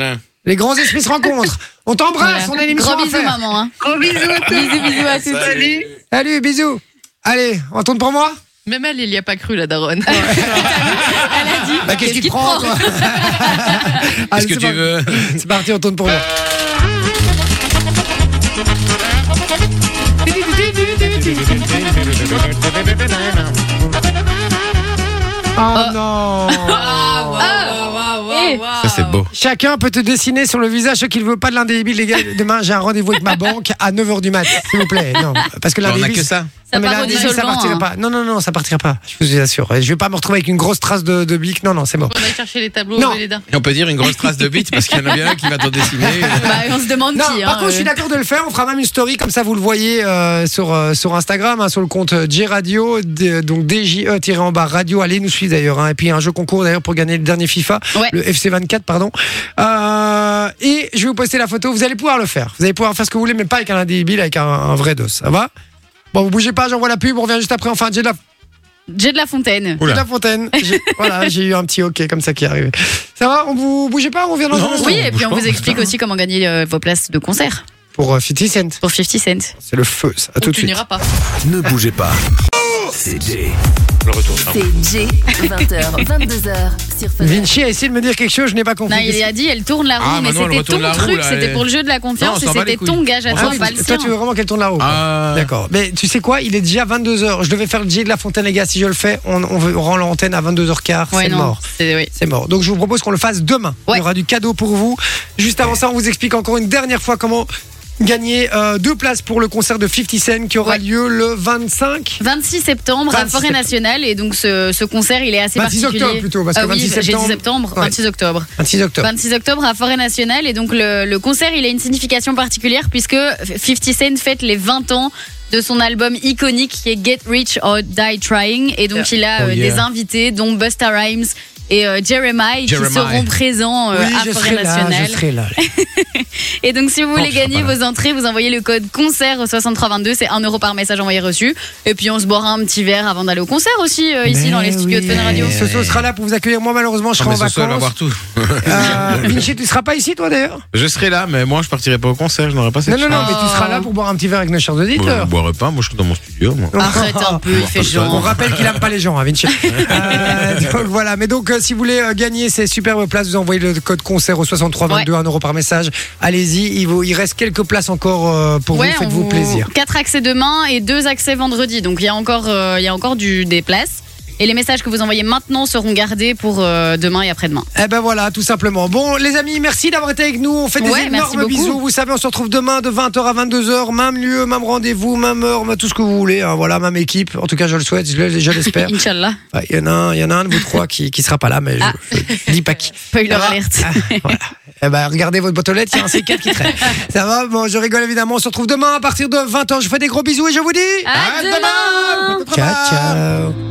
les grands esprits se rencontrent. On t'embrasse, on a une Ah, émission
Gros
à
bisous,
faire.
maman. hein.
Gros bisous à tous.
Bisous, bisous à tous.
Salut.
Salut, bisous. Allez, on tourne pour moi
Même elle, il y a pas cru la daronne.
Elle a dit.
Bah, qu'est-ce
qu'il
qu'il prend, toi
Qu'est-ce
Allez,
que
c'est
tu
par-
veux
C'est parti, on tourne pour moi. Oh non Ah,
Eh.
Ça, c'est beau.
Chacun peut te dessiner sur le visage ce qu'il veut, pas de l'indélébile, les gars. Demain, j'ai un rendez-vous avec ma banque à 9h du mat, s'il vous plaît. Non, parce que
On n'a
l'indélébile,
que ça.
Ça
Non, mais
part
là,
au
là, ça
dissolvant,
partira
hein.
pas. Non, non, non, ça partira pas. Je vous assure. Et Je vais pas me retrouver avec une grosse trace de, de bique. Non, non, c'est mort.
On a cherché les tableaux
Non.
et les dents.
Et on peut dire une grosse trace de bite parce qu'il y en a bien un qui va te dessiner.
Bah, on se demande
Non,
qui.
par
hein,
contre, je suis
euh.
d'accord de le faire. On fera même une story comme ça, vous le voyez euh, sur euh, sur Instagram, hein, sur le compte J Radio, d- donc DJE tiré en bas radio. Allez nous suivre d'ailleurs. hein. Et puis un jeu concours d'ailleurs pour gagner le dernier FIFA,
Ouais.
le FC 24, pardon. Euh, et je vais vous poster la photo. Vous allez pouvoir le faire. Vous allez pouvoir faire ce que vous voulez, mais pas avec un indébile, avec un, un vrai dos. Ça va Bon, vous bougez pas. J'envoie la pub. On revient juste après. Enfin, Jay de la
J'ai de la fontaine.
Oula.
De la fontaine. J'ai- voilà, j'ai eu un petit ok comme ça qui est arrivé. Ça va, on vous bougez pas, on revient dans
Non.
un instant.
Oui,
on
et
bouge
puis on
pas,
vous
on
explique aussi comment gagner euh, vos places de concert
Pour euh, 50 Cent.
pour 50 Cent.
C'est le feu, ça. À
Ou
tout de
tu
suite.
n'iras pas.
Ne bougez pas. C'est Jay.
C'est J, 20h, 22h sur Fun.
Vinci a essayé de me dire quelque chose, je n'ai pas compris.
Non, il a dit, elle tourne la roue,
Ah,
mais
maintenant, elle
c'était
retourne
ton
la roue,
truc,
là,
c'était
elle-
pour le jeu de la
Non,
confiance
on s'en
et
bat les
c'était
couilles.
ton gage à
Ah
toi,
oui,
pas le
toi,
sien.
tu veux vraiment qu'elle tourne la roue. quoi.
Ah.
D'accord. Mais tu sais quoi Il est déjà 22h. Je devais faire le DJ de la Fontaine, les gars. Si je le fais, on, on veut- on rend l'antenne à 22h15.
Ouais,
c'est
non,
mort.
c'est- oui.
C'est mort. Donc je vous propose qu'on le fasse demain. Il
Ouais.
y aura du cadeau pour vous. Juste avant ça, on vous explique encore une dernière fois comment gagner euh, deux places pour le concert de 50 Cent qui aura
Ouais.
lieu le 25
26 septembre à
26
Forêt
septembre.
Nationale et donc ce, ce concert il est assez
26
particulier.
octobre plutôt, parce que
Ah oui,
26
j'ai dit
septembre.
septembre,
Ouais.
26 octobre.
26 octobre.
26 octobre à Forêt Nationale et donc le, le concert il a une signification particulière puisque 50 Cent fête les 20 ans de son album iconique qui est Get Rich or Die Trying et donc il a
Oh
euh,
yeah.
des invités dont Busta Rhymes et euh, Jeremiah, qui
Jeremiah.
seront présents euh,
oui,
à
je
Forêt
serai là,
Nationale.
je serai là.
Et donc, si vous
Non,
voulez
tu seras
gagner
pas
vos entrées, vous envoyez le code concert au 6322. C'est 1 euro par message envoyé reçu. Et puis, on se boira un petit verre avant d'aller au concert aussi, euh, ici,
Mais
dans les studios de Fun
oui.
Radio.
Soso sera là pour vous accueillir. Moi, malheureusement, je
Non,
serai
Ah, mais
en
ce soir, elle va
vacances.
voir tout.
Euh, Vinci, tu seras pas ici, toi, d'ailleurs
Je serai là, mais moi, je partirai pas au concert. Je n'aurai pas cette
Non, non, non,
chance.
mais tu seras là pour boire un petit verre avec nos chers
Bon, je
auditeurs.
ne boirai pas. Moi, je suis dans mon studio. Moi.
Arrête un peu, il fait
On
genre.
rappelle qu'il aime pas les gens, hein, Vinci. Euh, donc voilà. Mais donc, euh, si vous voulez euh, gagner ces superbes places, vous envoyez le code concert au 6322, 1 euro par message. Allez-y, il, vaut- il reste quelques places encore euh, pour
Ouais,
vous.
on
Faites-vous
vous-
plaisir.
Quatre accès demain et deux accès vendredi. Donc, il y a encore, euh, il y a encore du, des places. Et les messages que vous envoyez maintenant seront gardés pour euh, demain et après-demain.
Eh ben voilà, tout simplement. Bon, les amis, merci d'avoir été avec nous. On fait des
Ouais, merci
énormes
beaucoup.
bisous. Vous savez, on se retrouve demain de 20h à 22h. Même lieu, même rendez-vous, même heure, même tout ce que vous voulez. hein. voilà, même équipe. En tout cas, je le souhaite, je le- je l'espère.
Inch'Allah.
Ah, Il y en a un, il y en a un de vous trois qui, qui sera pas là, mais je,
Ah.
je dis pas qui.
Spoiler
Ça va
alerte.
Ah, voilà. Eh ben, regardez votre boîte aux lettres, il y a un C4 qui traîne. Ça va? Bon, je rigole évidemment. On se retrouve demain à partir de 20h. Je vous fais des gros bisous et je vous dis.
À demain
Ciao, ciao.